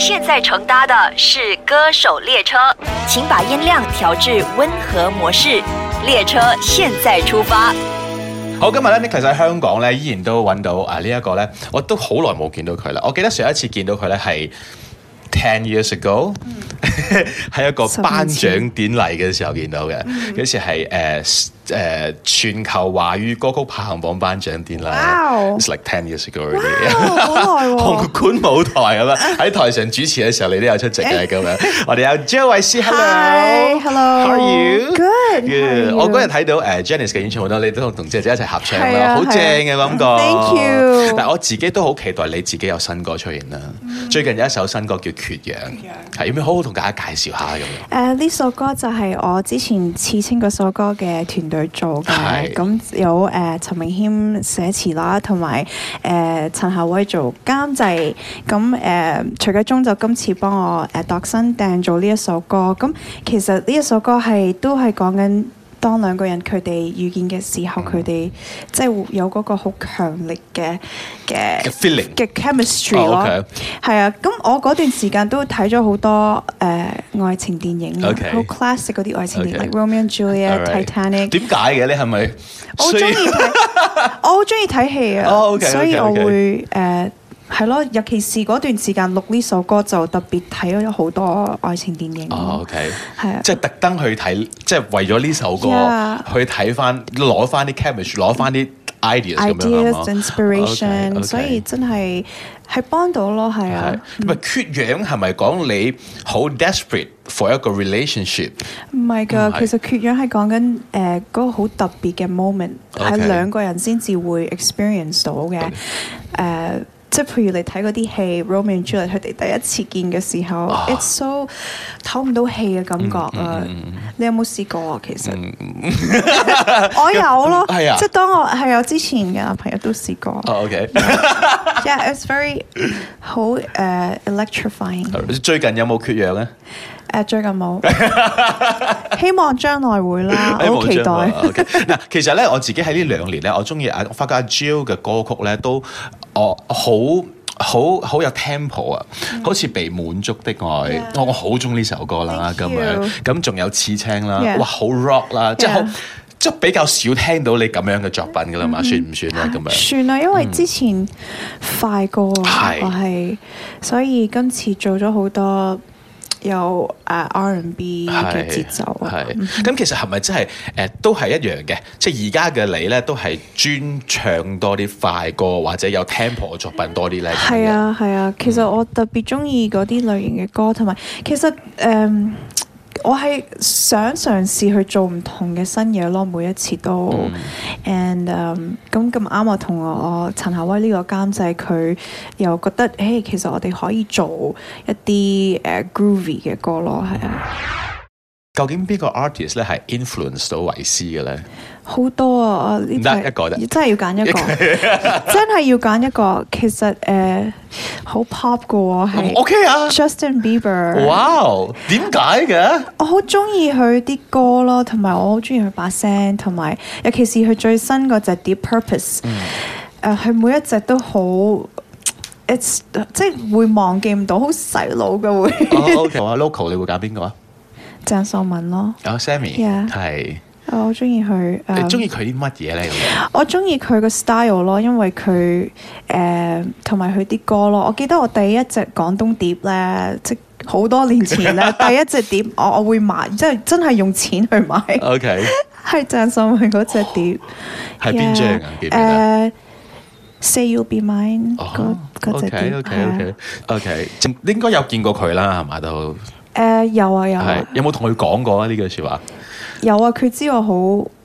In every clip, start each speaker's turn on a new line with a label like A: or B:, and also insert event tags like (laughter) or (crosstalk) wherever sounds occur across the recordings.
A: 现在乘搭的是歌手列车，请把音量调至温和模式。列车现在出发。
B: 好，今日咧 Nicholas 喺香港咧，依然都揾到啊呢一、個咧，我都好耐冇見到佢啦。我記得上一次見到佢咧係 ten years ago，喺、一個
C: 十
B: 頒
C: 年
B: 獎
C: 前
B: 典禮嘅時候見到嘅，嗰次係誒誒全球華語歌曲排行榜頒獎典禮
C: Wow
B: It's like ten years ago already。
C: 好耐
B: 紅
C: 喎，
B: 館舞台咁
C: (laughs)
B: 樣喺台上主持嘅時候，你都有出席嘅咁樣。我哋有 Jo 慧思
C: 哎 hello
B: ，hello，hello，how are you？
C: Good，
B: Good
C: how are you？
B: 我嗰日睇到誒 Janice 嘅演唱會啦，你都同姐姐一齊合唱
C: 係
B: 啦，
C: 啊
B: 好正嘅感覺。
C: Thank you Mm
B: 但係我自己都好期待你自己有新歌出現啦。最近有一首新歌叫《缺氧》，係有冇好好同大家介紹下咁樣？
C: 誒呢首歌就係我之前刺青嗰首歌嘅團隊做
B: 係
C: 嘅，咁有誒陳明軒寫詞啦，同埋誒陳夏威做監製，咁誒徐繼忠就今次幫我誒度身訂做呢一首歌，咁其實呢一首歌係都係講緊。當兩個人佢哋遇見嘅時
B: 嗯
C: 候，佢哋即係有嗰個好強力嘅嘅
B: 嘅 feeling
C: 嘅 chemistry
B: 哦
C: 咯。
B: ，OK
C: 係啊，咁我嗰段時間都睇咗好多誒、呃、愛情電影啊
B: OK
C: 好 classic 嗰啲愛情電影
B: OK
C: ，like Romeo and Juliet、
B: Alright
C: Titanic。
B: 點解嘅？你係咪
C: 我中
B: 雖
C: 意
B: (laughs)
C: 睇，我好中意睇戲啊
B: 哦，OK，OK，OK
C: 所以我會誒係咯，尤其是嗰段時間錄呢首歌就特別睇咗好多愛情電影。
B: 哦，OK，
C: 嗯係啊
B: 即係特登去睇，即係為咗呢首歌
C: Yeah
B: 去睇翻，攞翻啲 chemistry，攞翻啲 ideas 咁樣
C: ideas
B: 係嘛
C: inspiration，、
B: OK，OK
C: 所以真係係幫到咯，係啊
B: 係。唔係缺氧係咪講你好 desperate for 一個 relationship？
C: 唔係
B: 唔
C: 㗎，
B: 係
C: 其實缺氧係講緊誒嗰個好特別嘅 moment，
B: OK
C: 係兩個人先至會 experience 到嘅。誒、即係譬如你睇嗰啲戲《Romeo and Juliet》，佢哋第一次見嘅時候、
B: 啊嗯
C: i t s so 唞唔到氣嘅感覺啊！你有冇試過啊？其實、 (laughs) 我有咯，
B: (laughs) 係啊
C: 即係當我係我之前嘅男朋友都試過。
B: 哦，OK。
C: Yeah，it's very 好誒、electrifying。
B: (laughs) 最近有冇缺氧啊咧？
C: 誒、最近
B: (laughs)
C: 冇，希望將來會啦，
B: 哎
C: 我好期
B: 冇
C: 待
B: 張。啊 OK 嗱，其實咧我自己喺呢兩年咧，我中意啊，我發覺阿 Jill 嘅歌曲咧都我好。好好有 tempo 啊，好似被滿足的愛
C: 嗯 Yeah，
B: 我我好中意呢首歌啦，咁
C: Thank you
B: 樣咁仲有刺青啦
C: Yeah
B: 哇好 rock 啦，即係好
C: Yeah 嗯
B: 即係比較少聽到你咁樣嘅作品噶啦嘛，算唔算咧咁樣？嗯
C: 啊算啦，因為之前快過啊
B: 係，
C: 我係，所以今次做咗好多有啊誒 R&B 嘅節奏啊。
B: 係咁其實係咪真係誒都係一樣嘅？即係而家嘅你咧都係專唱多啲快歌或者有 tempo 嘅作品多啲咧？咁樣嗯
C: 係啊，係啊，其實我特別中意嗰啲類型嘅歌，同埋其實誒、嗯我係想嘗試去做唔同嘅新嘢咯，每一次都。and 嗯咁咁啱我同我我陳夏威呢個監製，佢又覺得誒、欸其實我哋可以做一啲誒、呃 groovy 嘅歌咯，係啊。
B: 嗯究竟邊個 artist 咧係 influence 到維斯嘅咧？
C: 好多啊！呢
B: 唔得
C: 排
B: 一個啫
C: 真係要揀一個， (laughs) 真係要揀一個。其實誒，好 pop 嘅喎，
B: 嗯
C: 係
B: OK 啊，
C: Justin Bieber。
B: 哇，點解
C: (laughs)
B: 嘅？
C: 我好中意佢啲歌咯，同埋我好中意佢把聲，同埋尤其是佢最新嗰隻碟 Purpose，誒、佢每一隻都好，it's 即係會忘記唔到，好洗腦嘅會。 (laughs)
B: 哦，OK 啊，local 你會揀邊個啊？
C: 鄭秀文咯，
B: 啊，Sammy
C: Yeah Um
B: 係
C: 我好中意佢。誒
B: 你中意佢啲乜嘢咧？咁
C: (laughs)
B: 樣
C: 我中意佢個 style 咯，因為佢誒同埋佢啲歌咯。我記得我第一隻廣東碟咧，即好多年前咧，第一隻碟我我會買，即係真係用錢去買，
B: OK
C: 係鄭秀文嗰隻碟。
B: 係邊張啊？記唔記得？
C: 誒，Say You'll Be Mine 嗰
B: 哦
C: 嗰隻碟
B: ，OK
C: 係
B: OK
C: 啊
B: OK OK，應該有見過佢啦，係嘛都
C: 誒有啊有
B: 係
C: 啊
B: 有冇同佢講過啊？呢句説話
C: 有啊！佢知我好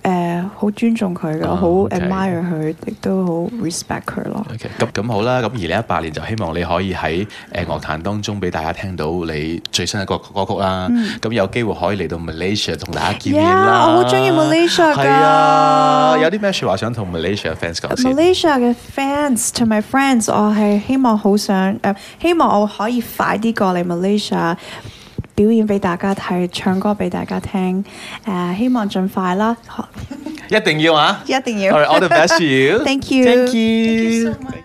C: 誒好尊重佢嘅，我好
B: 哦，OK
C: admire 佢，亦都好 respect 佢咯。
B: OK 咁咁好啦，咁二零一八年就希望你可以喺誒樂壇當中俾大家聽到你最新嘅歌歌曲啦，咁有機會可以嚟到 Malaysia 同大家見面
C: 嗯 Yeah，
B: 啦。
C: 我好鍾意 Malaysia 㗎
B: 係啊，有啲咩説話想同 Malaysia fans 講先？
C: Malaysia 嘅 fans 同埋 friends，我係希望好想誒、呃希望我可以快啲過嚟 Malaysia 表演俾大家睇，唱歌俾大家聽。誒、希望盡快啦，
B: 一定要啊！
C: 一定
B: All
C: 要。
B: right, all the best to you.
C: Thank
B: (laughs)
C: you.
B: Thank you.
C: Thank you so much.